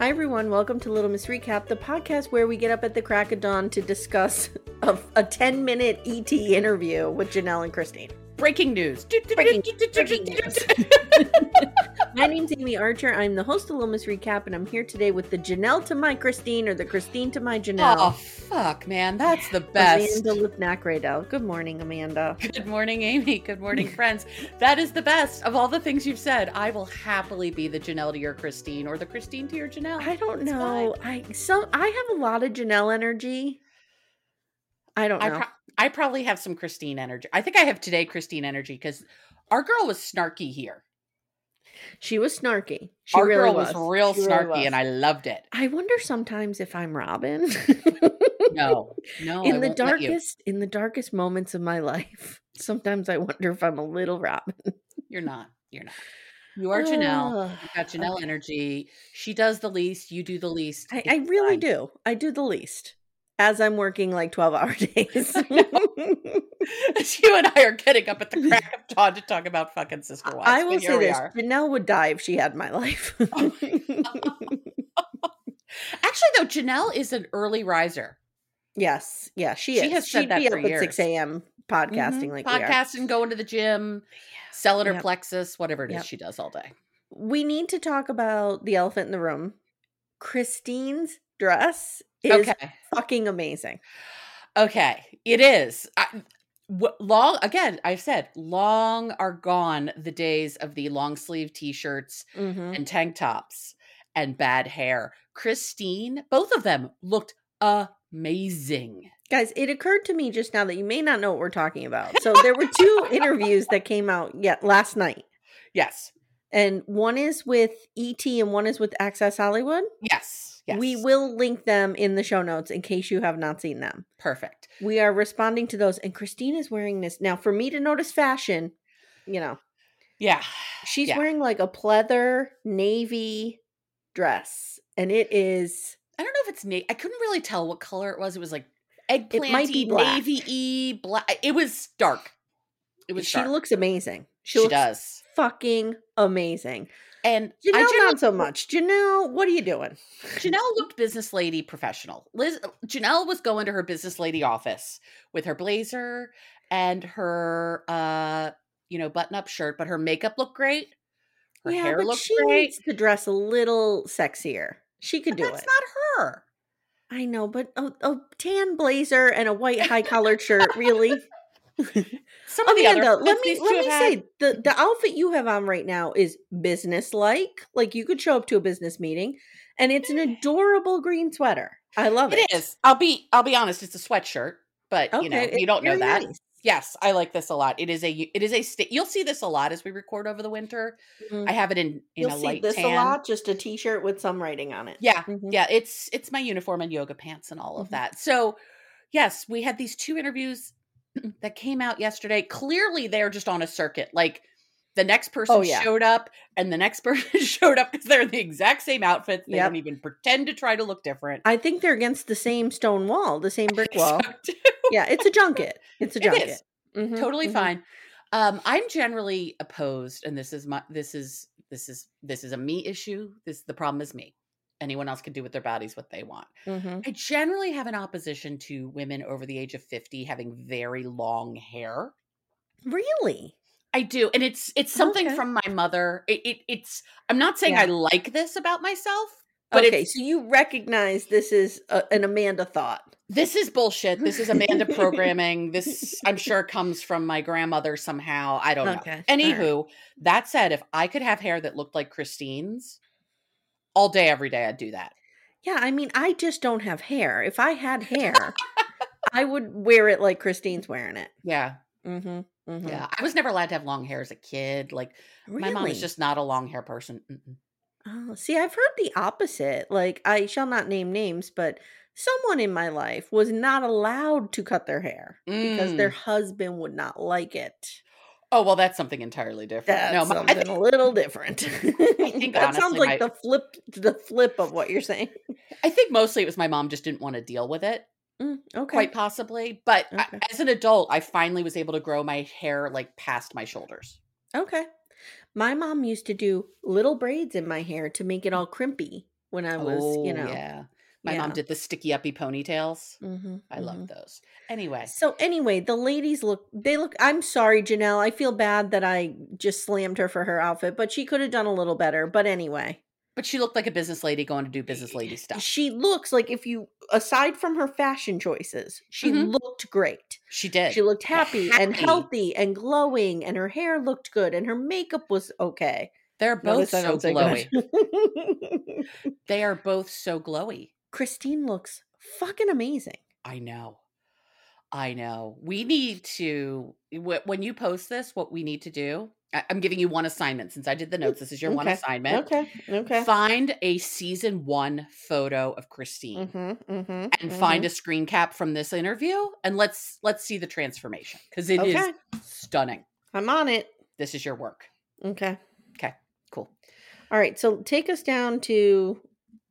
Hi, everyone. Welcome to Little Miss Recap, the podcast where we get up at the crack of dawn to discuss a, a 10 minute ET interview with Janelle and Christine. Breaking news. Breaking- breaking news. My name's Amy Archer. I'm the host of Little Miss Recap, and I'm here today with the Janelle to my Christine or the Christine to my Oh, Janelle. fuck, man. That's the best. Amanda Lipnack-Radell. Good morning, Amanda. Good morning, Amy. Good morning, friends. That is the best of all the things you've said. I will happily be the Janelle to your Christine or the Christine to your Janelle. I don't It's know. fine. I so I have a lot of Janelle energy. I don't I, know. pro- I probably have some Christine energy. I think I have today Christine energy because our girl was snarky here. she was snarky. She our really girl was, was, real She really snarky was. and I loved it. I wonder sometimes if I'm Robin. No, no. I in the won't let you. darkest in the darkest moments of my life, sometimes I wonder if I'm a little Robin. You're not. You're not. You are Janelle. Ugh. You've got Janelle Okay. energy. She does the least. You do the least. I, It's I really fine. do. I do the least as I'm working like 12 hour days. you and I are getting up at the crack of dawn to talk about fucking sister wives. I but will here say we this are. Janelle would die if she had my life. Oh Actually, though, Janelle is an early riser. yes. Yeah, she She is. has said She'd that be for up at 6 years. Mm-hmm. a.m. podcasting like we are. podcasting, going to the gym, selling her Yep. plexus, whatever it is Yep. she does all day. We need to talk about the elephant in the room. Christine's dress is Okay, fucking amazing. okay, it is. I, wh- long again, I've said long are gone the days of the long sleeve t-shirts Mhm. and tank tops and bad hair. Christine, both of them looked amazing. Guys, it occurred to me just now that you may not know what we're talking about. So there were two interviews that came out yet last night. Yes. and one is with ET and one is with Access Hollywood. Yes. Yes. We will link them in the show notes in case you have not seen them. Perfect. We are responding to those, and Christine is wearing this now. For me to notice fashion, you know, Yeah. she's Yeah. wearing like a pleather navy dress, and it is I don't know if it's na- I couldn't really tell what color it was. It was like eggplanty, might be black. navy y black. It was dark. It was. she dark. looks amazing. She, She, looks does. fucking amazing. And Janelle, I generally- not so much. Janelle, what are you doing? Janelle looked business lady professional. Liz Janelle was going to her business lady office with her blazer and her uh you know button up shirt, but her makeup looked great. Her hair looked she great. needs to dress a little sexier. She could But do that's it. not her. I know, but a, a tan blazer and a white high collared shirt, really? Some of the Amanda, other let outfits me these let two me have had- say the the outfit you have on right now is business like. Like you could show up to a business meeting, and it's an adorable green sweater. I love it. it is. I'll be I'll be honest. It's a sweatshirt, but you know it's you don't know very that. nice. Yes, I like this a lot. It is a it is a sta- you'll see this a lot as we record over the winter. Mhm. I have it in in You'll a see light this tan. a lot. Just a T-shirt with some writing on it. Yeah, Mhm. yeah it's it's my uniform and yoga pants and all of Mhm. that so yes we had these two interviews that came out yesterday clearly they're just on a circuit like the next person Oh, yeah. showed up and the next person showed up because they're in the exact same outfits they don't Yep. even pretend to try to look different I think they're against the same stone wall, the same brick So, wall. yeah, it's a junket. It's a It is. junket. Mhm, totally mhm. fine um i'm generally opposed and this is my this is this is this is a me issue this the problem is me anyone else can do with their bodies what they want Mhm. I generally have an opposition to women over the age of 50 having very long hair. Really? I do. And it's it's something Oh, Okay. from my mother. It, it it's I'm not saying I like this about myself, but Okay, it's so you recognize this is a, an Amanda thought. this is bullshit. This is Amanda programming. This I'm sure comes from my grandmother somehow. I don't Okay, all right. know. Oh, Anywho, that said, if I could have hair that looked like Christine's all day, every day, I'd do that. Yeah, I mean, I just don't have hair. If I had hair, I would wear it like Christine's wearing it. Yeah. Mm-hmm. mm-hmm. Yeah. I was never allowed to have long hair as a kid. Like really? my mom was just not a long hair person. Mm-mm. Oh, see, I've heard the opposite. Like, I shall not name names, but someone in my life was not allowed to cut their hair because their Mm. husband would not like it. Oh well, that's something entirely different. That's No, my, I something think, a little different. think that sounds honestly like my- the flip, the flip of what you're saying. I think mostly it was my mom just didn't want to deal with it, Mm, okay. quite possibly. But I- Okay. as an adult, I finally was able to grow my hair like past my shoulders. Okay. My mom used to do little braids in my hair to make it all crimpy when I was, you know. Oh, yeah. My mom yeah. did the sticky uppy ponytails. Mhm, I mhm. love those. Anyway, So anyway, the ladies look they look I'm sorry, Janelle. I feel bad that I just slammed her for her outfit, but she could have done a little better. But anyway. but she looked like a business lady going to do business lady stuff. She, She looks like if you aside from her fashion choices, she Mhm. looked great. did. She looked happy, and Happy. healthy and glowing and her hair looked good and her makeup was okay. They're both Notice I so don't say glowy. good. they are both so glowy. Christine looks fucking amazing. I know. I know. We need to eh, wh- when you post this, what we need to do. I- I'm giving you one assignment since I did the notes. This is your one Mm, Okay. assignment. Okay. Okay. Find a season one photo of Christine Mm-hmm, mm-hmm, and find a screen cap from this interview, and let's let's see the transformation because it is Okay. stunning. I'm on it. This is your work. Okay. Cool. All right. So take us down to.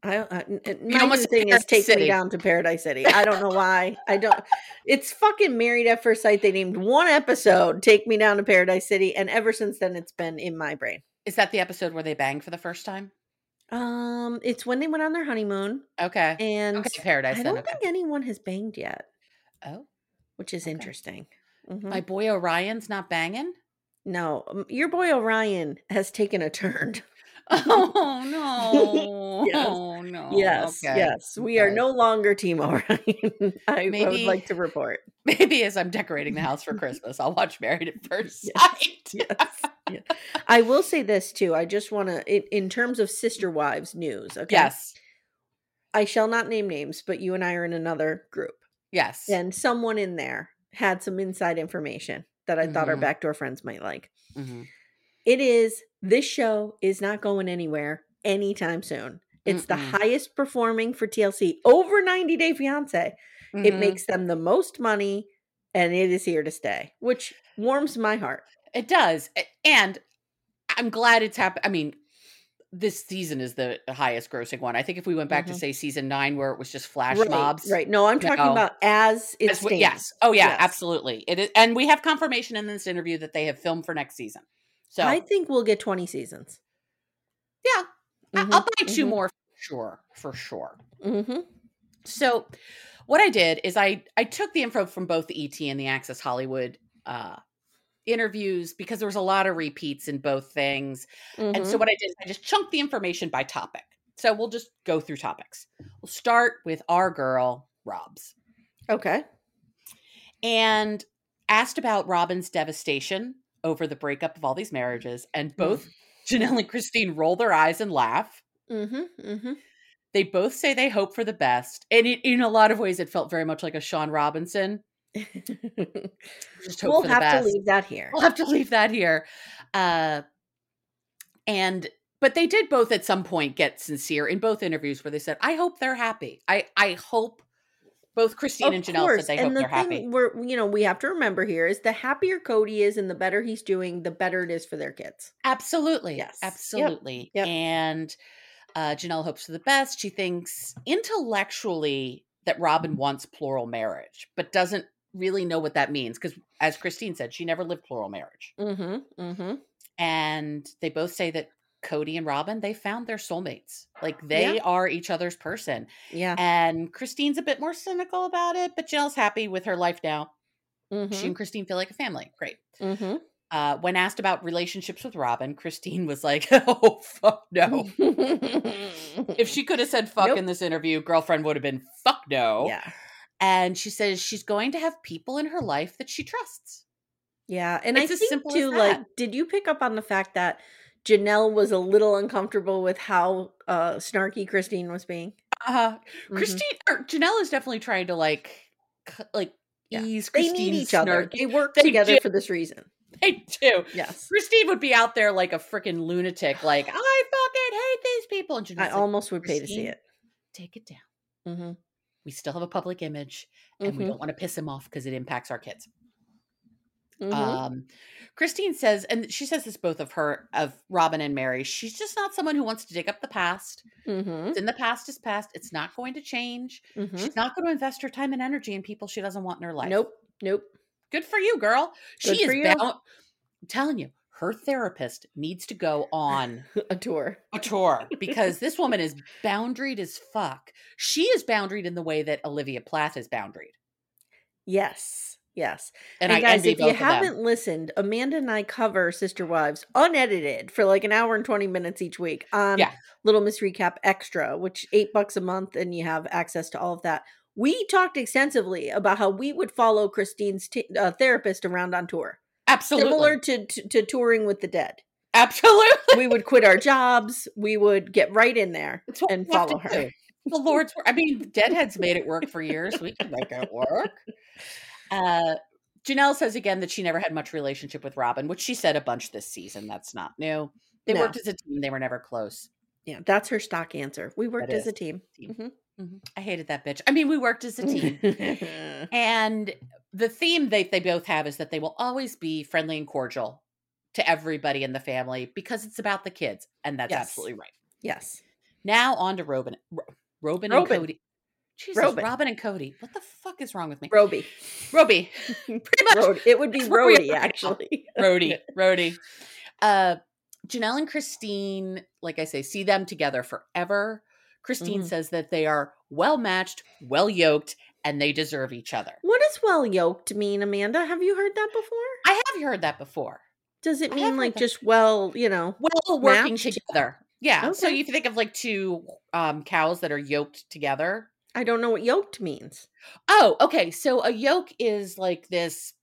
I, I n- n- my new almost said thing is Paradise take City. me down to Paradise City. I don't know why. I don't. It's fucking Married at First Sight. They named one episode "Take Me Down to Paradise City," and ever since then, it's been in my brain. Is that the episode where they bang for the first time? Um, it's when they went on their honeymoon, Okay. and Okay, I Paradise. then, don't okay. think anyone has banged yet, oh, which is Okay. interesting. Mhm. my boy Orion's not banging. no, um, your boy Orion has taken a turn. Oh no! Yes. Oh no! Yes, Okay. yes. We are Okay. no longer Team Orion. I, I would Maybe- like to report. Maybe as I'm decorating the house for Christmas, I'll watch Married at First Yes, Sight. yes, yeah. I will say this too. I just want to, in, in terms of sister wives news, okay? Yes. I shall not name names, but you and I are in another group. Yes. And someone in there had some inside information that I thought our Mhm. backdoor friends might like. Mhm. It is, this show is not going anywhere anytime soon. It's the Mm-mm. highest performing for TLC over 90 Day Fiance. it Mhm. makes them the most money and it is here to stay which warms my heart It does. A- And I'm glad it's happened. I mean, this season is the highest grossing one. I think if we went back Mhm. to say season nine, where it was just flash right, mobs. right no i'm talking No. about as it as we- stands yes. Oh yeah, Yes. absolutely. It is and we have confirmation in this interview that they have filmed for next season. So i think we'll get 20 seasons Yeah, I- Mhm, I'll buy 2 mhm, more for sure, for sure. mhm. So what I did is I I took the info from both the ET and the Access Hollywood uh interviews because there was a lot of repeats in both things. And so Mhm. what I did is I just chunked the information by topic. So we'll just go through topics. We'll mm-hmm. start with our girl, Robs. okay And asked about Robin's devastation over the breakup of all these marriages, and both Janelle and Christine roll their eyes and laugh. Mm-hmm. Mm-hmm. They both say they hope for the best, and it, in a lot of ways, it felt very much like a Sean Robinson. Just hope we'll for the have best. to leave that here. We'll have to leave that here. Uh, and but they did both at some point get sincere in both interviews where they said, "I hope they're happy. I I hope." Both Christine and Janelle said they hope the they're happy. thing we're you know we have to remember here is the happier Cody is and the better he's doing, the better it is for their kids. Absolutely. Yes. Yep. Absolutely. Yep. And uh, Janelle hopes for the best. She thinks intellectually that Robin wants plural marriage, but doesn't really know what that means because, as Christine said, she never lived plural marriage. Mm-hmm. Mm-hmm. And they both say that Cody and Robin, they found their soulmates. Like they Yeah. Uh are each other's person. Yeah. And Christine's a bit more cynical about it, but Janelle's happy with her life now. She Mm-hmm. and Christine feel like a family. Great. mm-hmm. Uh, when asked about relationships with Robin, Christine was like, "Oh fuck no." mm-hmm. if she could have said "fuck" Nope. in this interview, girlfriend would have been "fuck no." yeah And she says she's going to have people in her life that she trusts. yeah and It's i as think simple as too that. like did you pick up on the fact that janelle was a little uncomfortable with how uh snarky christine was being Uh, Mhm. Christine or Janelle is definitely trying to like, c- like Yeah. ease they Christine's need each other snark- they work They together do. for this reason They do. yes Christine would be out there like a freaking lunatic, like I fucking hate these people. And Janelle's i like, almost would pay to see Christine, it take it down. hmm We still have a public image, and we don't want to piss him off because it impacts our kids. Mm-hmm. Um, Christine says, and she says this both of her, of Robin and Mary. She's just not someone who wants to dig up the past. hmm It's in the past is past. It's not going to change. She's not going to invest her time and energy in people she doesn't want in her life. Mm-hmm. nope nope Good for you, girl. Good she for is you. bound. I'm telling you, her therapist needs to go on a tour a tour because this woman is boundaried as fuck. She is boundaried in the way that Olivia Plath is boundaried. yes yes And, And, I guys, envy if both you of them. haven't listened, Amanda and I cover Sister Wives unedited for like an hour and 20 minutes each week on Yeah. Little Miss Recap Extra, which eight bucks a month, and you have access to all of that. We talked extensively about how we would follow Christine's t- uh, therapist around on tour, absolutely, similar to, to to touring with the dead. absolutely. We would quit our jobs. We would get right in there. It's what and we have to follow her. do. The Lord's work. I mean, the Deadhead's made it work for years. We can make it work. Uh, Janelle says again that she never had much relationship with Robin, which she said a bunch this season. That's not new. They No. worked as a team. They were never close. Yeah, that's her stock answer. We worked That as a is. team. Team. Mm-hmm. I hated that bitch. I mean, we worked as a team. Mhm. and the theme that they both have is that they will always be friendly and cordial to everybody in the family because it's about the kids. And that's Yes. absolutely right. yes. Now on to Robin. Ro- Robin, Robin. and Cody. Jesus, Robin. Robin and Cody. What the fuck is wrong with me? Roby. Roby. Pretty much Rhody. It would be That's where we are Rody, right now. actually. Rody. Rody. Uh Janelle and Christine, like I say, see them together forever. Christine Mhm. says that they are well matched, well yoked, and they deserve each other. What does well yoked mean, Amanda? Have you heard that before? I have heard that before. Does it I have mean heard like that. just well, you know? Well working Matched? together. Yeah. So Okay. you think of like two um, cows that are yoked together. I don't know what yoked means. Oh, okay. So a yoke is like this.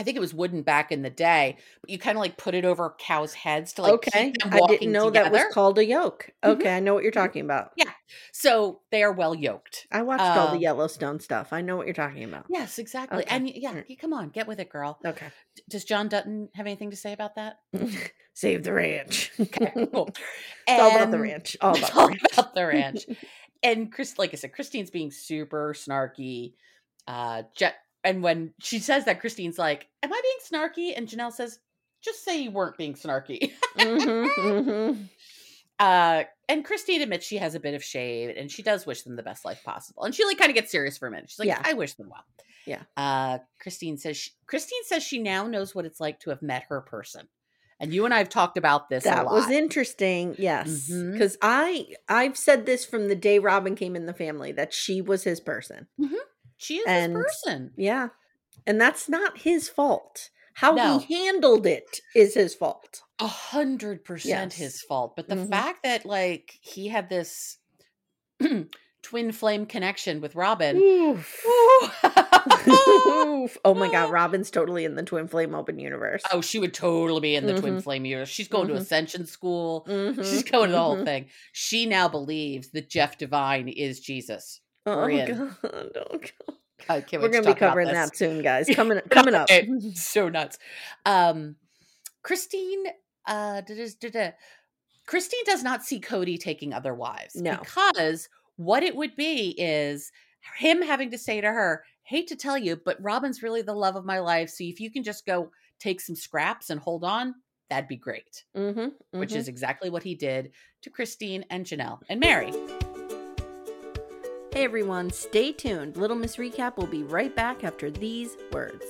I think it was wooden back in the day, but you kind of like put it over cows' heads to like okay. keep them I walking didn't know together. that was called a yoke. Mhm. Okay, I know what you're talking about. Yeah. So they are well yoked. I watched all the Um, Yellowstone stuff. I know what you're talking about. Yes, exactly. Okay. And y- yeah, Alright. y- come on, get with it, girl. Okay. D- Does John Dutton have anything to say about that? Save the ranch. Okay, cool. it's all about the And- ranch. All it's about the all ranch. about the ranch. and Chris, like I said, Christine's being super snarky. Uh, Ja- and when she says that, Christine's like, "Am I being snarky?" And Janelle says, "Just say you weren't being snarky." Mhm, mhm. Uh, and Christine admits she has a bit of shade, and she does wish them the best life possible. And she like kind of gets serious for a minute. She's like, Yeah. "I wish them well." Yeah. Uh, Christine says she, Christine says she now knows what it's like to have met her person. And you and I have talked about this. a That lot. was interesting. Yes. Mhm. Because I I've said this from the day Robin came in the family that she was his person. She is and- this person. Yeah. And that's not his fault. How No. he handled it is his fault. a hundred percent Yes. his fault. But the Mhm. fact that like he had this twin flame connection with Robin, Oof. Ooh, Oof. Oh my god, Robin's totally in the twin flame open universe. Oh, she would totally be in the Twin Mhm. Flame universe. She's going Mhm. to Ascension School. Mhm, She's going to the whole mhm. thing. She now believes that Jeff Divine is Jesus. Oh We're in. god. Oh, god. I can't We're going wait to to be talk about covering this. that soon, guys. Coming coming up. Okay, so nuts. Um, Christine, uh, da- da- da- da. Christine does not see Cody taking other wives No. because what it would be is him having to say to her, "Hate to tell you, but Robin's really the love of my life. So if you can just go take some scraps and hold on, that'd be great." Mhm, Which mhm. is exactly what he did to Christine and Janelle and Mary. Hey everyone, stay tuned. Little Miss Recap will be right back after these words.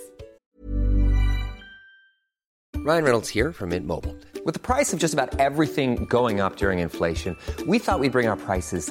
Ryan Reynolds here from Mint Mobile. With the price of just about everything going up during inflation, we thought we'd bring our prices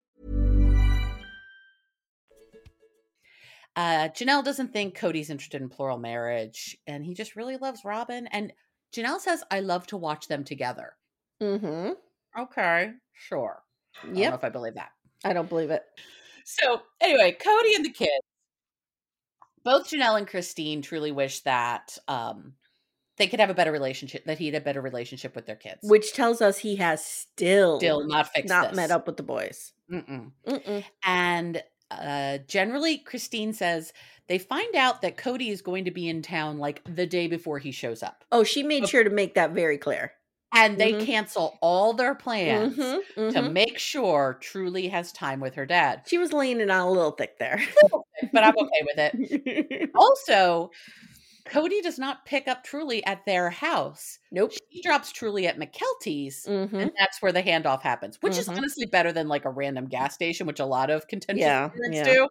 uh, Janelle doesn't think Cody's interested in plural marriage, and he just really loves Robin. And Janelle says, "I love to watch them together." Oh. Mhm. Okay, sure. I don't know Yep. if I believe that. I don't believe it. So anyway, Cody and the kids, both Janelle and Christine, truly wish that um, they could have a better relationship. That he had a better relationship with their kids. Which tells us he has still, still not fixed. not this. met up with the boys. Mm-mm. Mm-mm. And uh, generally, Christine says they find out that Cody is going to be in town like the day before he shows up. Oh, she made Of- sure to make that very clear. and they Mhm. cancel all their plans Mhm, to mhm. make sure Truly has time with her dad. She was leaning on a little thick there. But I'm okay with it. Also, Cody does not pick up Truly at their house. nope. She drops Truly at McKelty's, Mhm. and that's where the handoff happens, which is Mhm. honestly better than like a random gas station, which a lot of contentious Yeah, parents yeah. do. At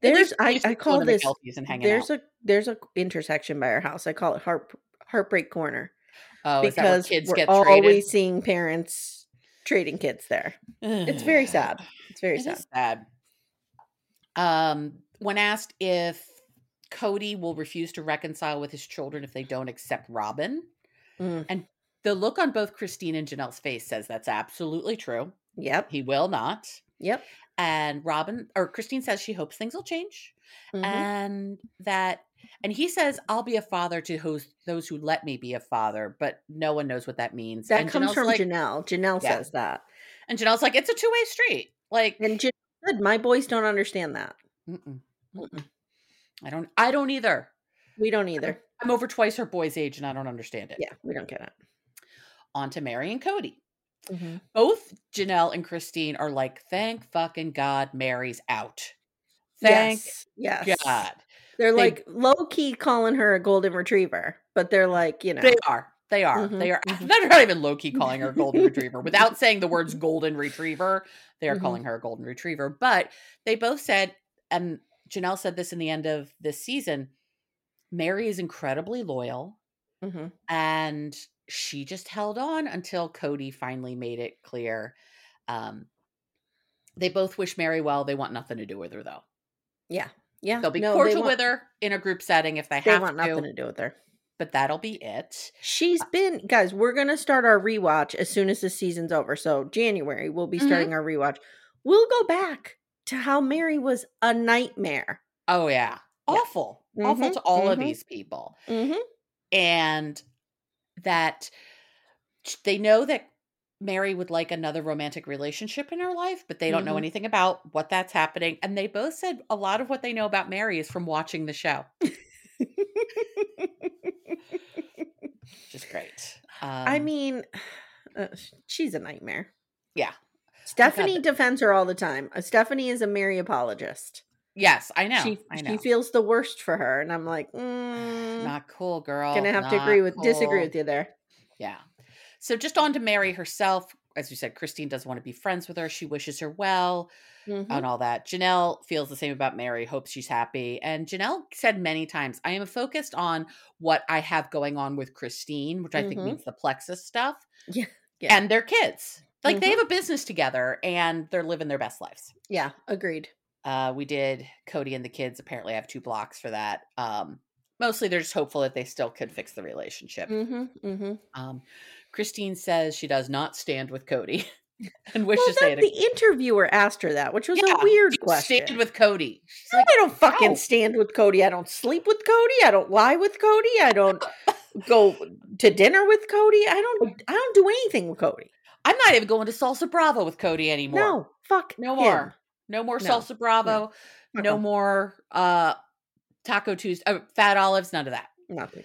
There's least we I, used to I go call to this McKelty's and hanging there's out. a there's a intersection by our house. I call it heart heartbreak corner oh, is that where because kids we're get always traded? seeing parents trading kids there. It's very sad. It's very It sad. is sad. Um, when asked if Cody will refuse to reconcile with his children if they don't accept Robin, Mm. and the look on both Christine and Janelle's face says that's absolutely true. Yep. He will not. Yep. And Robin or Christine says she hopes things will change, Mhm. and that, and he says I'll be a father to who's, those who let me be a father, but no one knows what that means. that and comes Janelle's from like, Janelle. Janelle Yeah. says that. And Janelle's like, it's a two way street. Like, And Janelle said, my boys don't understand that. Mm-mm. Mm-mm. I don't. I don't either. We don't either. I'm over twice her boy's age, and I don't understand it. Yeah, we don't get it. On to Mary and Cody. Mm-hmm. Both Janelle and Christine are like, "Thank fucking God, Mary's out. Thank yes. Yes. God, They're They- like low key calling her a golden retriever, but they're like, you know, they are. They are. Mhm, They are. mhm. They're not even low key calling her a golden retriever without saying the words golden retriever. They are Mhm. calling her a golden retriever. But they both said, and Janelle said this in the end of this season. Mary is incredibly loyal. Mhm. and she just held on until Cody finally made it clear. Um, they both wish Mary well. They want nothing to do with her, though. yeah, yeah. They'll be Uh, No, they cordial want- with her in a group setting if they, They have want to, nothing to do with her. Uh but that'll be it. She's been, guys, we're going to start our rewatch as soon as the season's over. So, January, we'll be Mhm. starting our rewatch. We'll go back to how Mary was a nightmare. Oh, yeah. Awful. Awful Mhm, to all of mhm. these people. Mm-hmm. And that sh- they know that Mary would like another romantic relationship in her life, but they don't know Mhm. anything about what that's happening. And they both said a lot of what they know about Mary is from watching the show. Just great. Um, I mean, uh, she's a nightmare. Yeah. Stephanie defends her all the time. Uh, Stephanie is a Mary apologist. yes, I know. she, I know. she feels the worst for her, and I'm like, mm, not cool, girl. gonna have to Not agree with disagree cool. with you there. Yeah. So just on to Mary herself. As you said, Christine doesn't want to be friends with her. She wishes her well Mhm. and all that. Janelle feels the same about Mary, hopes she's happy. And Janelle said many times, I am focused on what I have going on with Christine, which I think Mhm. means the plexus stuff. Yeah, yeah. Mm-hmm. And their kids. Like they have a business together and they're living their best lives. Yeah, agreed. Uh, we did Cody and the kids. Apparently, I have two blocks for that. Um, mostly, they're just hopeful that they still could fix the relationship. Mm-hmm, mm-hmm. Um, Christine says she does not stand with Cody and Well, wishes they that, had the interviewer asked her that, which was Yeah, a weird you question. stand with Cody. She's I like, don't fucking "No." stand with Cody. I don't sleep with Cody. I don't lie with Cody. I don't go to dinner with Cody. I don't. I don't do anything with Cody. I'm not even going to Salsa Bravo with Cody anymore. No, fuck, No him. more. No more No. Uh-uh. Salsa Bravo. No Mm-mm. more uh, Taco Tuesday, uh, Fat Olives, none of that. Nothing.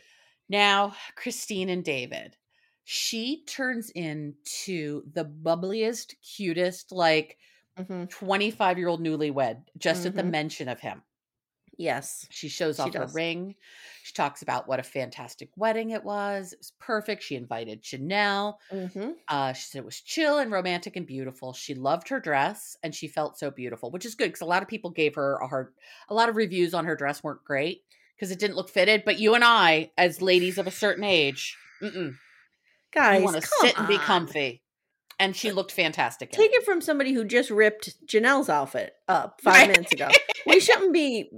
Now, Christine and David. She turns into the bubbliest, cutest, like Mhm. 25 year old newlywed just at the Mhm. mention of him. Yes. She shows She off her does. ring. She talks about what a fantastic wedding it was. It was perfect. She invited Chanel. Mm-hmm. Uh, she said it was chill and romantic and beautiful. She loved her dress and she felt so beautiful, which is good because a lot of people gave her a hard, a lot of reviews on her dress weren't great because it didn't look fitted. But you and I, as ladies of a certain age, mm-mm, Guys, you want to come sit and be on. comfy. And she looked fantastic. in Take it. it from somebody who just ripped Janelle's outfit up five Right. minutes ago. We shouldn't be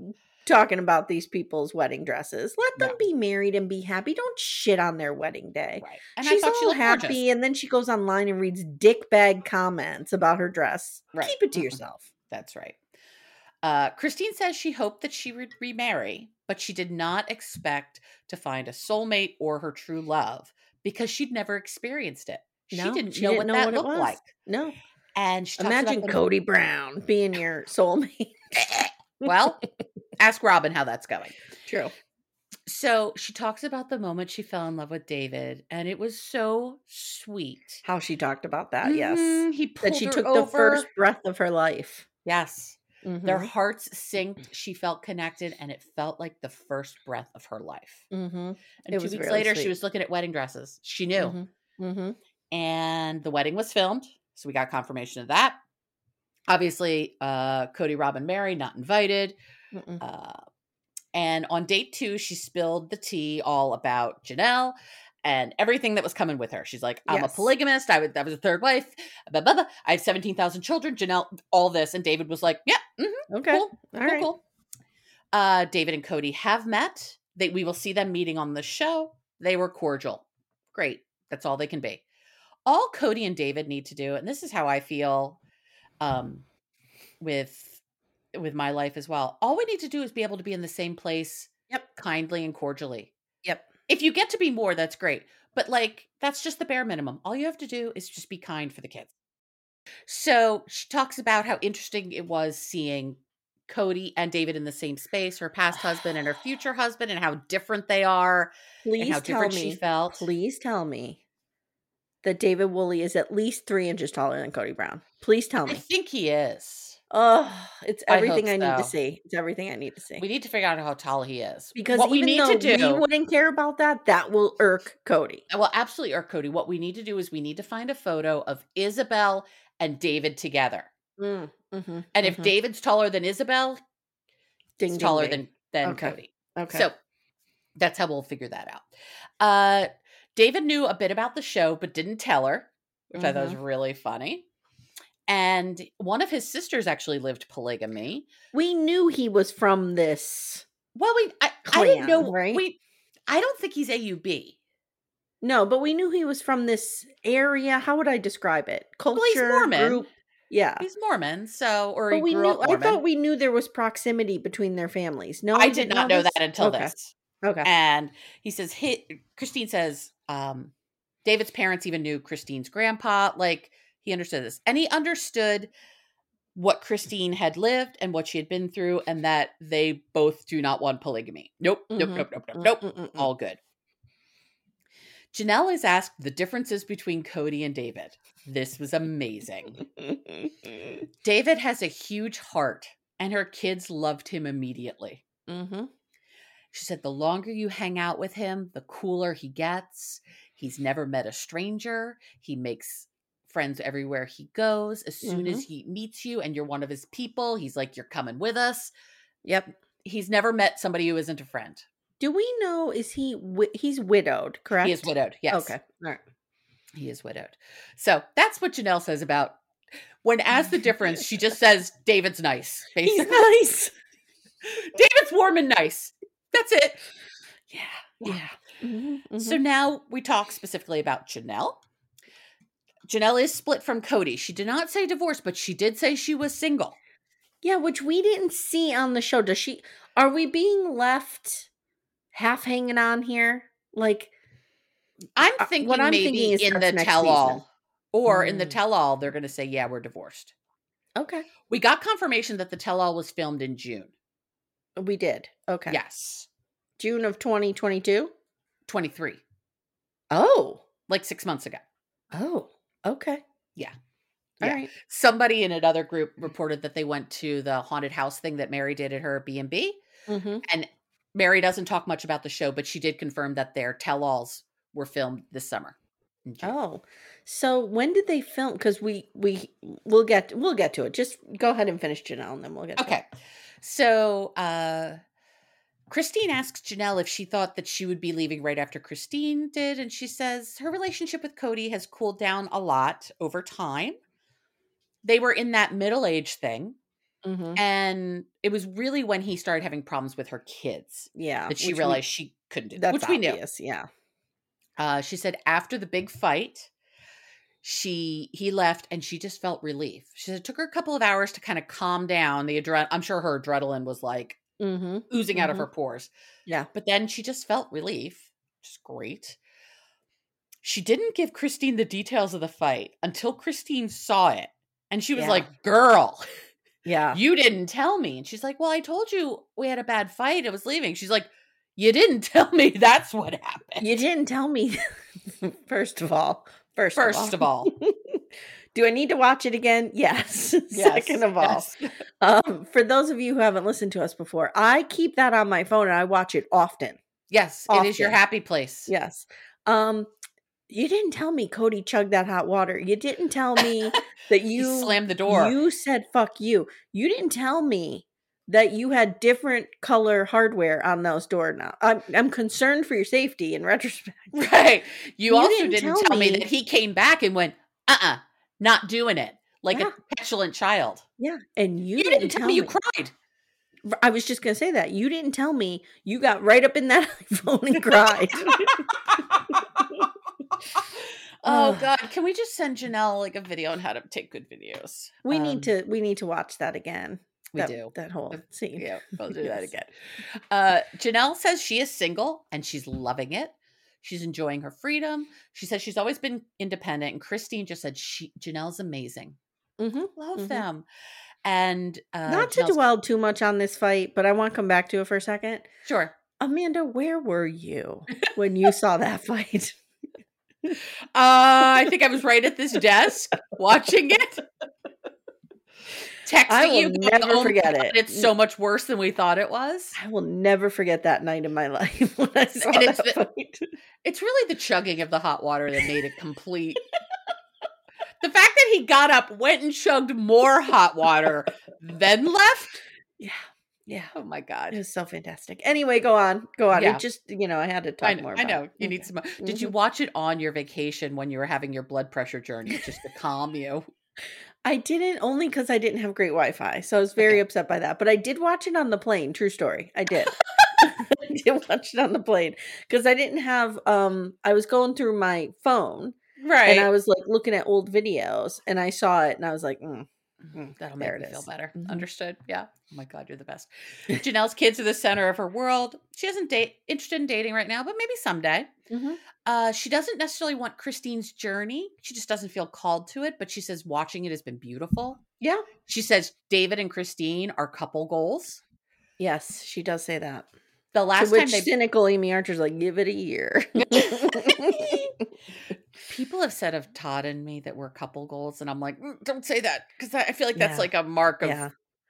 talking about these people's wedding dresses. Let them No. be married and be happy. Don't shit on their wedding day. Right. And She's I thought she all looked happy, gorgeous. and then she goes online and reads dickbag comments about her dress. Right. Keep it to Mm-mm. yourself. That's right. Uh, Christine says she hoped that she would remarry, but she did not expect to find a soulmate or her true love because she'd never experienced it. she No, didn't she know didn't what know that what it looked was. like. No, And she talks about imagine the- Cody Brown being your soulmate. Well, ask Robin how that's going. True. So she talks about the moment she fell in love with David, and it was so sweet. How she talked about that. Ah, Yes, Mhm, he pulled that she her took over. the first breath of her life. Yes, Their Mhm. hearts synced. She felt connected, and it felt like the first breath of her life. Mhm. And It two was weeks really later, sweet. she was looking at wedding dresses. She knew. Mhm. Mhm. And the wedding was filmed. So we got confirmation of that. Obviously, uh, Cody, Rob, and Mary not invited. Mm-mm. Uh, and on date two, she spilled the tea all about Janelle and everything that was coming with her. She's like, I'm a Yes. polygamist. I, was I was a third wife. Blah, blah, blah. I have 17,000 children. Janelle, all this. And David was like, yeah, mhm, Okay. cool. All Cool, right. cool. Uh, David and Cody have met. They, we will see them meeting on the show. They were cordial. Great. That's all they can be. All Cody and David need to do, and this is how I feel um, with with my life as well. All we need to do is be able to be in the same place, Yep. kindly and cordially. Yep. If you get to be more, that's great. But like, that's just the bare minimum. All you have to do is just be kind for the kids. So she talks about how interesting it was seeing Cody and David in the same space, her past husband and her future husband, and how different they are, and how Please tell different she me. felt. Please tell me that David Woolley is at least three inches taller than Cody Brown. Please tell I me. think he is. Oh, it's I hope everything I, need to so. see. It's everything I need to see. We need to figure out how tall he is. because what we even need though to do, uh, we wouldn't care about that, that will irk Cody. well, absolutely, or Cody, what we need to do is we need to find a photo of Isabel and David together. Mm, mhm, And if mhm. David's taller than Isabel, Ding, he's ding, taller ding. than than Okay. Cody. okay, So that's how we'll figure that out. Uh, David knew a bit about the show, but didn't tell her, which I Mm-hmm. thought was really funny. And one of his sisters actually lived polygamy. we knew he was from this. Well, we I, I didn't Clan, know right? we I don't think he's AUB. No, but we knew he was from this area. How would I describe it? Culture, he's Mormon. group. Yeah, He's Mormon, so or he but we grew knew. up I Mormon. thought we knew there was proximity between their families. No, I you did didn't not know this? that until Okay, this. Okay. And he says, "Hit." Christine says, um, David's parents even knew Christine's grandpa. Like he understood this, and he understood what Christine had lived and what she had been through, and that they both do not want polygamy. Nope, nope, Mhm, nope, nope, nope, Mm, nope. mm, mm, mm. All good. Janelle is asked the differences between Cody and David. This was amazing. mm-hmm. David has a huge heart, and her kids loved him immediately. Mm-hmm. She said, The longer you hang out with him, the cooler he gets. He's never met a stranger. He makes friends everywhere he goes. As soon as Mm-hmm. he meets you and you're one of his people, he's like, You're coming with us. Yep. He's never met somebody who isn't a friend. Do we know? Is he wi- he's widowed? Correct. He is widowed. Yes. Okay. All right. He is widowed. So that's what Janelle says about when asked the difference, she just says, David's nice. He's Basically. nice. David's warm and nice. That's it. Yeah. Yeah. So So now we talk specifically about Janelle. Janelle is split from Cody. She did not say divorce, but she did say she was single. yeah, which we didn't see on the show. Does she? Are we being left half hanging on here? Like I'm Uh, what thinking I'm maybe thinking is in that's the next tell all season. or in the Mm. tell all, they're going to say, yeah, we're divorced. okay, We got confirmation that the tell all was filmed in June. we did. Okay. Yes. June of 2022. 23, Oh. like six months ago. Oh. Okay. Yeah. All Yeah. right. Somebody in another group Mm-hmm. reported that they went to the haunted house thing that Mary did at her B&B. Mm-hmm. Mary doesn't talk much about the show, but she did confirm that their tell-alls were filmed this summer. in June. Oh. So when did they film? Because we we we'll get we'll get to it. Just go ahead and finish Janelle, and then we'll get. To Okay. it. So uh Christine asks Janelle if she thought that she would be leaving right after Christine did, and she says her relationship with Cody has cooled down a lot over time. They were in that middle age thing, Mhm. and it was really when he started having problems with her kids Yeah. that she which we- realized she couldn't do, that's which we knew. obvious. Yeah. Uh, she said after the big fight, she he left and she just felt relief. She said it took her a couple of hours to kind of calm down. The adre- I'm sure her adrenaline was like Mm-hmm. oozing out of Mhm. her pores. Yeah. But then she just felt relief, which is great. She didn't give Christine the details of the fight until Christine saw it. And she was Yeah. like, Girl, Yeah. you didn't tell me. And she's like, Well, I told you we had a bad fight. I was leaving. She's like, You didn't tell me that's what happened. You didn't tell me. First of all, first, First of all, do I need to watch it again? Yes. Second of all, yes. um, for those of you who haven't listened to us before, I keep that on my phone and I watch it often. Yes, it is your Often. happy place. Yes. Um, you didn't tell me Cody chugged that hot water. You didn't tell me that You you slam the door. You said fuck you. You didn't tell me that you had different color hardware on those doorknobs. I'm I'm concerned for your safety in retrospect. right. You, You also didn't didn't, tell tell, me. me. that he came back and went, uh uh not doing it. Like Yeah. a petulant child. Yeah, and you, You, didn't, tell me, you cried. R- I was just gonna say that you didn't tell me you got right up in that iPhone and cried. oh Ugh. God. Can we just send Janelle like a video on how to take good videos? We Um, need to we need to watch that again. we that, do. that whole Uh, scene. Yeah, we'll do that Yes. again. Uh, Janelle says she is single and she's loving it. She's enjoying her freedom. She says she's always been independent. And Christine just said she Janelle's amazing. Mm-hmm. Love Mhm. them. And uh, Not to Janelle's- dwell too much on this fight, but I want to come back to it for a second. Sure. Amanda, where were you when you saw that fight? Uh, I think I was right at this desk watching it. Texting I will you, going, never "Oh my forget God, it." It's so much worse than we thought it was. I will never forget that night in my life when I saw And that it's the- fight. It's really the chugging of the hot water that made it complete. the fact that he got up, went and chugged more hot water, then left. Yeah, yeah, Oh my it god! was so fantastic. Anyway, go on, go on. Yeah. It just you know I had to talk I know. more. I About know. it. You Okay. Mm-hmm. need some. Did you watch it on your vacation when you were having your blood pressure journey just to calm you? I didn't only because I didn't have great Wi-Fi, so I was very upset by that. But I did watch it on the plane. True story, I did. I did watch it on the plane because I didn't have. Um, I was going through my phone Right. and I was like looking at old videos, and I saw it, and I was like, mm. Mm, That'll there make me it feel is. better. Mhm. Understood. Yeah. Mm-hmm. Oh my God, you're the best. Janelle's kids are the center of her world. She isn't date interested in dating right now, but maybe someday. Mhm. Uh, she doesn't necessarily want Christine's journey. She just doesn't feel called to it. But she says watching it has been beautiful. "Yeah, She says David and Christine are couple goals. yes, she does say that." The last to which time they cynical Amy Archer's like, give it a year. people have said of Todd and me that we're couple goals, and I'm like, "Mm, don't say that because I I feel like that's Yeah. like a mark of yeah.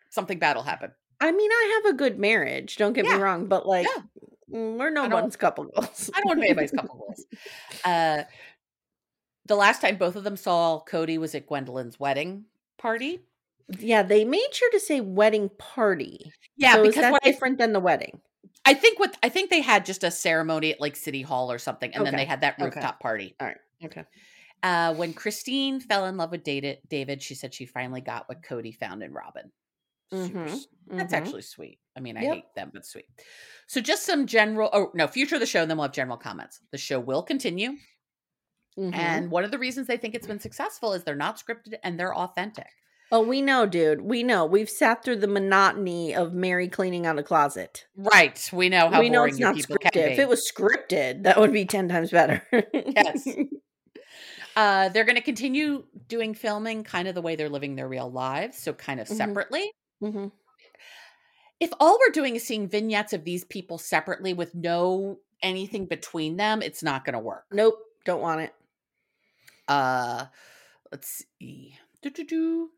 something bad will happen. I mean, I have a good marriage. Don't get Yeah. me wrong, but like, Yeah. mm, we're no I don't- one's couple goals. I don't want to be anybody's couple goals. Uh, the last time both of them saw Cody was at Gwendolyn's wedding party. yeah, they made sure to say wedding party. Yeah, so is because that what I, different than the wedding? I think what I think they had just a ceremony at like City Hall or something, and then Okay, they had that okay. rooftop party. Okay. Uh, when Christine fell in love with Data- David, she said she finally got what Cody found in Robin. Super Mhm. That's Mhm. actually sweet. I mean, I Yep. hate them, but sweet. So just some general, oh no, future of the show, and then we'll have general comments. The show will continue, Mhm. and one of the reasons they think it's been successful is they're not scripted and they're authentic. oh, we know, dude. We know. We've sat through the monotony of Mary cleaning out a closet. Right? We know Oh, how we know boring it's your not people scripted. can If be. it was scripted, that would be ten times better. Yes. uh, they're going to continue doing filming kind of the way they're living their real lives, so kind of Mhm. separately. Mhm. If all we're doing is seeing vignettes of these people separately with no anything between them, it's not going to work. Nope. Don't want it. uh let's see Doo-doo-doo.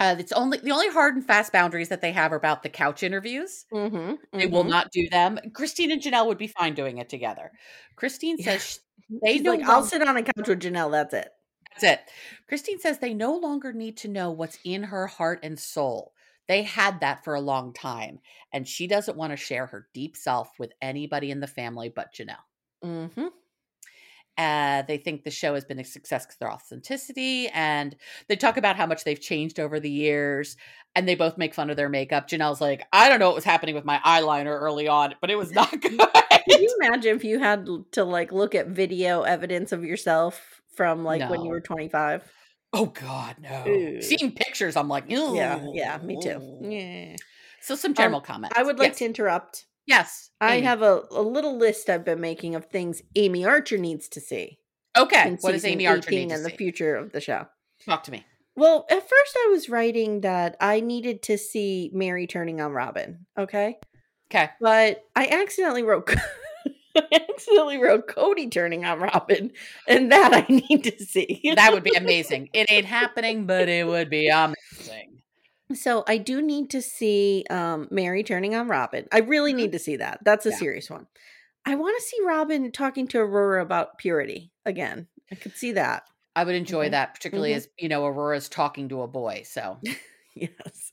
uh it's only the only hard and fast boundaries that they have are about the couch interviews Mm-hmm. they will not do them christine and janelle would be fine doing it together christine Yeah. says sh- they She's no like, I'll longer- sit on a couch with Janelle. That's it. that's it christine says they no longer need to know what's in her heart and soul they had that for a long time and she doesn't want to share her deep self with anybody in the family but janelle Mm-hmm. Uh, they think the show has been a success because their authenticity, and they talk about how much they've changed over the years. And they both make fun of their makeup. Janelle's like, "I don't know what was happening with my eyeliner early on, but it was not Can good." you imagine if you had l- to like look at video evidence of yourself from like when you No. were 25? oh God, no! Ew. Seeing pictures, I'm like, Yeah, "Ew." yeah, me too. Yeah. Um, So some general comments. I would like Yes. to interrupt. Yes, I Amy. have a, a little list I've been making of things Amy Archer needs to see. Okay, in what does season Amy Archer 18 need to and the see? future of the show? Talk to me. Well, at first I was writing that I needed to see Mary turning on Robin. Okay. Okay. but I accidentally wrote I accidentally wrote Cody turning on Robin, and that I need to see. That would be amazing. It ain't happening, but it would be amazing. so I do need to see um, Mary turning on Robin. I really need to see that. That's a Mm-hmm. Yeah. serious one. I want to see Robin talking to Aurora about purity again. I could see that. I would enjoy Mhm. that, particularly Mhm. as you know, Aurora's talking to a boy. So Yes.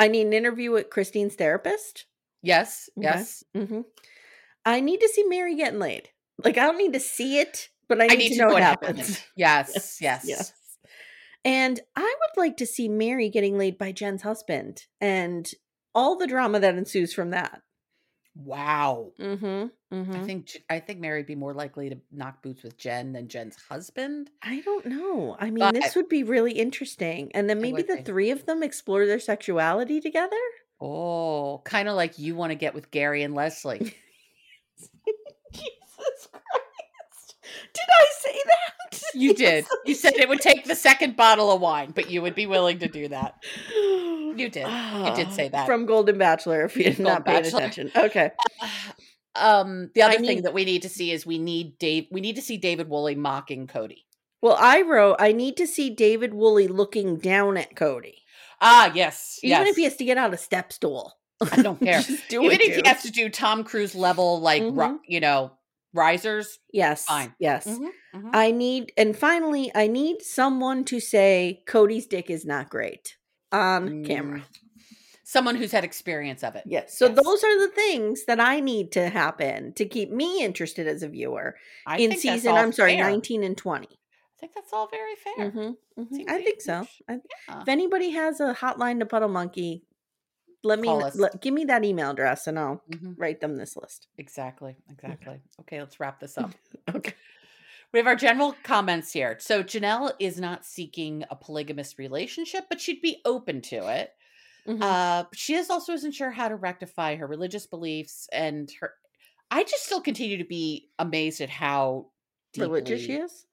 I need an interview with Christine's therapist. Yes, Okay. yes. hmm I need to see Mary getting laid. Like I don't need to see it, but I need, to, know what happens. Yes, yes, Yes. And I would like to see Mary getting laid by Jen's husband and all the drama that ensues from that. Wow. Mm-hmm. I think J- I think Mary'd be more likely to knock boots with Jen than Jen's husband. I don't know. I mean, But- this would be really interesting. And then It maybe would the be. three of them explore their sexuality together. Oh, kind of like you want to get with Gary and Leslie. Jesus Christ. Did I say that? You did. You said it would take the second bottle of wine, but you would be willing to do that. You did. You did say that. Ah, From Golden Bachelor, if you're Golden not paying Bachelor. attention. Okay. Um, the I other thing need- that we need to see is we need Dave. We need to see David Woolley mocking Cody. Well, I wrote, I need to see David Woolley looking down at Cody. Ah, yes, Even yes. if he has to get out a step stool. I don't care. Just do Even it, if he dude. has to do Mm-hmm. Tom Cruise level, like ri- Mhm. you know, risers. Yes. Fine. Yes. mhm. I need, and finally, I need someone to say Cody's dick is not great on camera. Someone who's had experience of it. Yes. So Mm, Yes. those are the things that I need to happen to keep me interested as a viewer I in think that's season, all I'm sorry, fair. 19 and 20. I think that's all very fair. Uh, Mhm, mhm. Seems I like think you so. sh- I, yeah. If anybody has a hotline to Puddle Monkey, let me Call kn- us. let, give me that email address and I'll Mhm. write them this list. Exactly. Exactly. Okay, let's wrap this up. Okay. We have our general comments here. So Janelle is not seeking a polygamous relationship, but she'd be open to it. Uh, Uh, but she is also isn't sure how to rectify her religious beliefs and her. I just still continue to be amazed at how deeply, religious she is.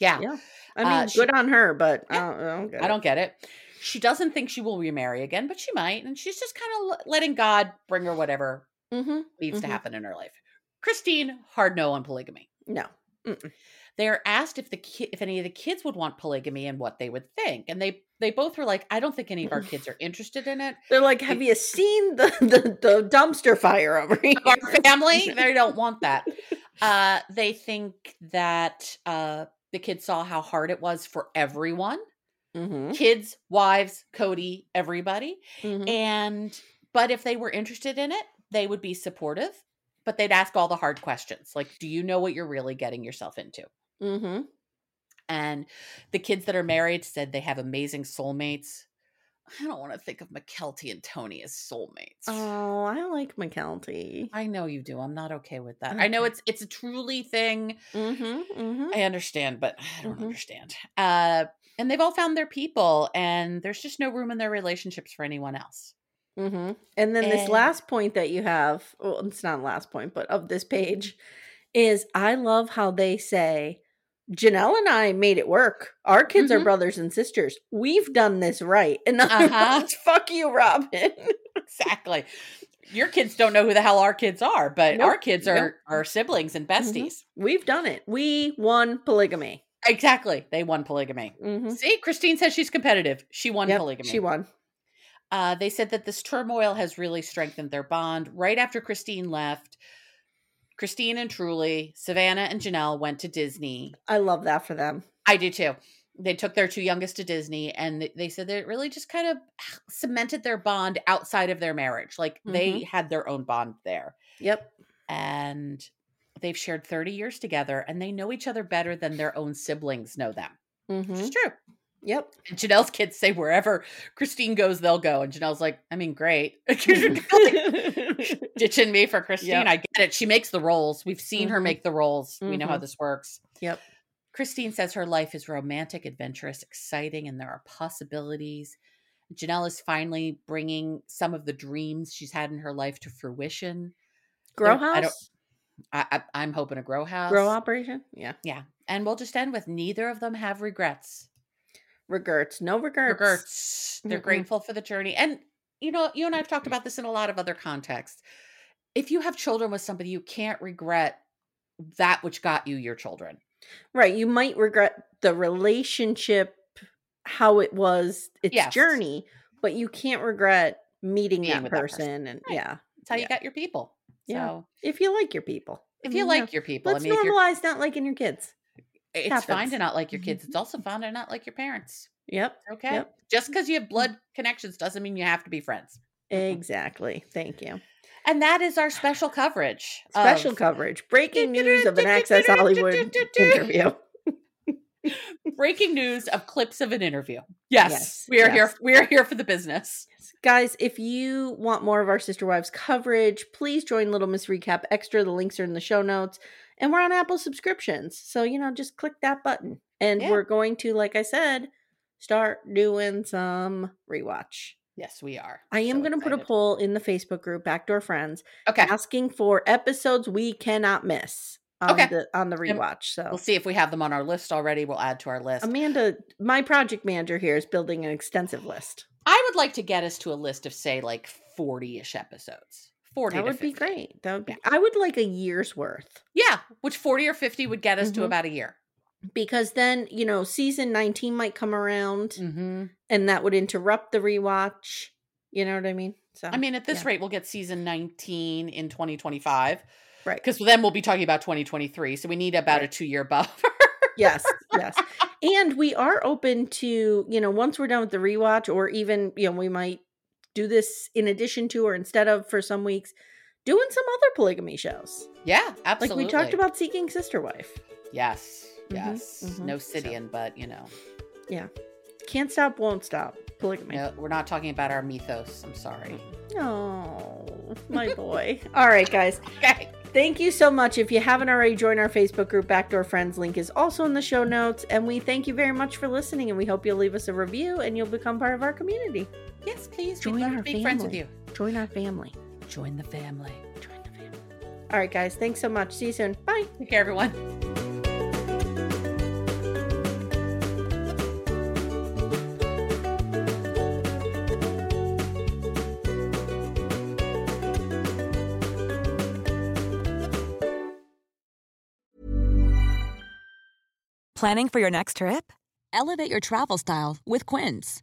Yeah, Yeah. I Uh, mean, she- good on her, but Yeah. I don't, I don't get I it. don't get it. She doesn't think she will remarry again, but she might, and she's just kind of letting God bring her whatever Mm-hmm. needs Mhm. to happen in her life. Christine, hard no on polygamy. No. They are asked if the ki- if any of the kids would want polygamy and what they would think, and they they both were like, "I don't think any of our kids are interested in it. They're like, have you seen the, the, the dumpster fire over here? Our family, they don't want that. Uh, they think that uh, the kids saw how hard it was for everyone, Mm-hmm. kids, wives, Cody, everybody, Mm-hmm. and but if they were interested in it, they would be supportive." But they'd ask all the hard questions, like, "Do you know what you're really getting yourself into?" Mm-hmm. And the kids that are married said they have amazing soulmates. I don't want to think of McKelty and Tony as soulmates. Oh, I like McKelty. I know you do. I'm not okay with that. I know it's it's a truly thing. Mm-hmm. Mm-hmm. I understand, but I don't Mhm. understand. Uh, and they've all found their people, and there's just no room in their relationships for anyone else. Mm-hmm. And then this And- last point that you have, well, it's not last point, but of this page, is I love how they say, Janelle and I made it work. Our kids are Mhm. brothers and sisters. We've done this right. And other Uh-huh. words, fuck you, Robin. Exactly. Your kids don't know who the hell our kids are, but Nope. our kids are Nope. Mm-hmm. are siblings and besties. We've done it. We won polygamy. Exactly. They won polygamy. Mm-hmm. See, Christine says she's competitive. She won polygamy. She won. Uh, they said that this turmoil has really strengthened their bond. Right after Christine left, Christine and Truly, Savannah and Janelle went to Disney. I love that for them. I do too. They took their two youngest to Disney, and th- they said that it really just kind of cemented their bond outside of their marriage. Like they had their own bond there, Yep. and they've shared 30 years together, and they know each other better than their own siblings know them, Mm-hmm. which is true. Yep. And Janelle's kids say wherever Christine goes, they'll go. And Janelle's like, I mean, great. Ditching me for Christine. Yep. I get it. She makes the rolls. We've seen her Mhm. make the rolls. We know how Mhm. this works. Yep. Christine says her life is romantic, adventurous, exciting, and there are possibilities. Janelle is finally bringing some of the dreams she's had in her life to fruition. Grow I don't- house. I, I, I'm hoping a grow house. Grow operation. Yeah. And we'll just end with neither of them have regrets. Regrets. No regrets. Regrets. They're Mm-mm. grateful for the journey. And, you know, you and I have talked about this in a lot of other contexts. If you have children with somebody, you can't regret that which got you your children. Right. You might regret the relationship, how it was, its Yes. journey, but you can't regret meeting Being that with that person, person. And Right. yeah, It's how Yeah. you got your people. Yeah. So if you like your people, I if you mean, like yeah. your people, let's I mean, if you're, normalize not liking your kids. it's fine to happens. not like your kids. Mhm. It's also fine to not like your parents. Yep. Okay. Yep. Mm-hmm. Just because you have blood connections doesn't mean you have to be friends. Exactly. Thank Um, you. And that is our special coverage. Special of- coverage. Breaking news of an Access Hollywood interview. breaking news of clips of an interview. Yes, Yes, we are here. yes. We are here for the business. Guys, if you want more of our Sister Wives coverage, please join Little Miss Recap Extra. The links are in the show notes. And we're on Apple subscriptions. So, you know, just click that button. And Yeah. we're going to, like I said, start doing some rewatch. Yes, we are. I am So going to put a excited. poll in the Facebook group, Backdoor Friends, Okay, asking for episodes we cannot miss on, Okay. the, on the And rewatch. So, we'll see if we have them on our list already. We'll add to our list. Amanda, my project manager here is building an extensive list. I would like to get us to a list of say like forty-ish episodes. Forty. That to would be 50. great. That would be, Yeah. I would like a year's worth. Yeah, which forty or fifty would get us to Mhm. about a year. because then you know season 19 might come around Mm-hmm. and that would interrupt the rewatch you know what i mean so I mean, at this yeah. rate, we'll get season nineteen in twenty twenty-five. right Because then we'll be talking about 2023. So we need about a Right. two year buffer. yes yes and we are open to you know once we're done with the rewatch or even you know we might do this in addition to or instead of for some weeks doing some other polygamy shows yeah, like absolutely. we talked about seeking sister wife Yes, Mhm, yes. mhm. No So- Sidian, but you know, can't stop won't stop polygamy no, we're not talking about our mythos. I'm sorry. oh my boy all right guys Okay. Thank you so much. If you haven't already joined our Facebook group, Backdoor Friends, link is also in the show notes. And we thank you very much for listening. And we hope you'll leave us a review and you'll become part of our community. Yes, please. Join We'd love our to be friends with you. family. Join our family. Join the family. Join the family. All right, guys. Thanks so much. See you soon. Bye. Take care, everyone. Planning for your next trip? Elevate your travel style with Quince.